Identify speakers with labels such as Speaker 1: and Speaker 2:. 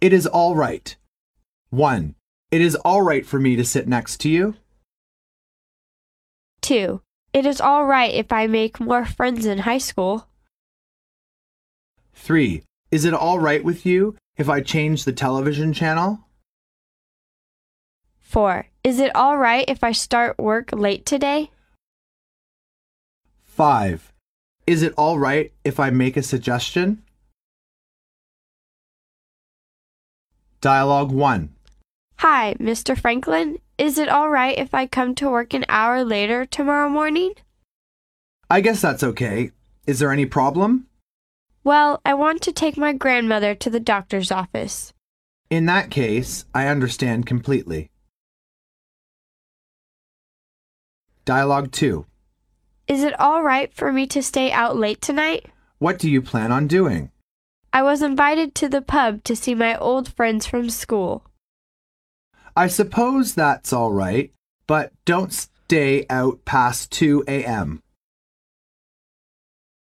Speaker 1: It is all right. 1. It is all right for me to sit next to you.
Speaker 2: 2. It is all right if I make more friends in high school.
Speaker 1: 3. Is it all right with you if I change the television channel?
Speaker 2: 4. Is it all right if I start work late today?
Speaker 1: 5. Is it all right if I make a suggestion? Dialogue 1.
Speaker 2: Hi, Mr. Franklin. Is it all right if I come to work an hour later tomorrow morning?
Speaker 1: I guess that's okay. Is there any problem?
Speaker 2: Well, I want to take my grandmother to the doctor's office.
Speaker 1: In that case, I understand completely. Dialogue 2.
Speaker 2: Is it all right for me to stay out late tonight?
Speaker 1: What do you plan on doing?
Speaker 2: I was invited to the pub to see my old friends from school.
Speaker 1: I suppose that's all right, but don't stay out past 2 a.m.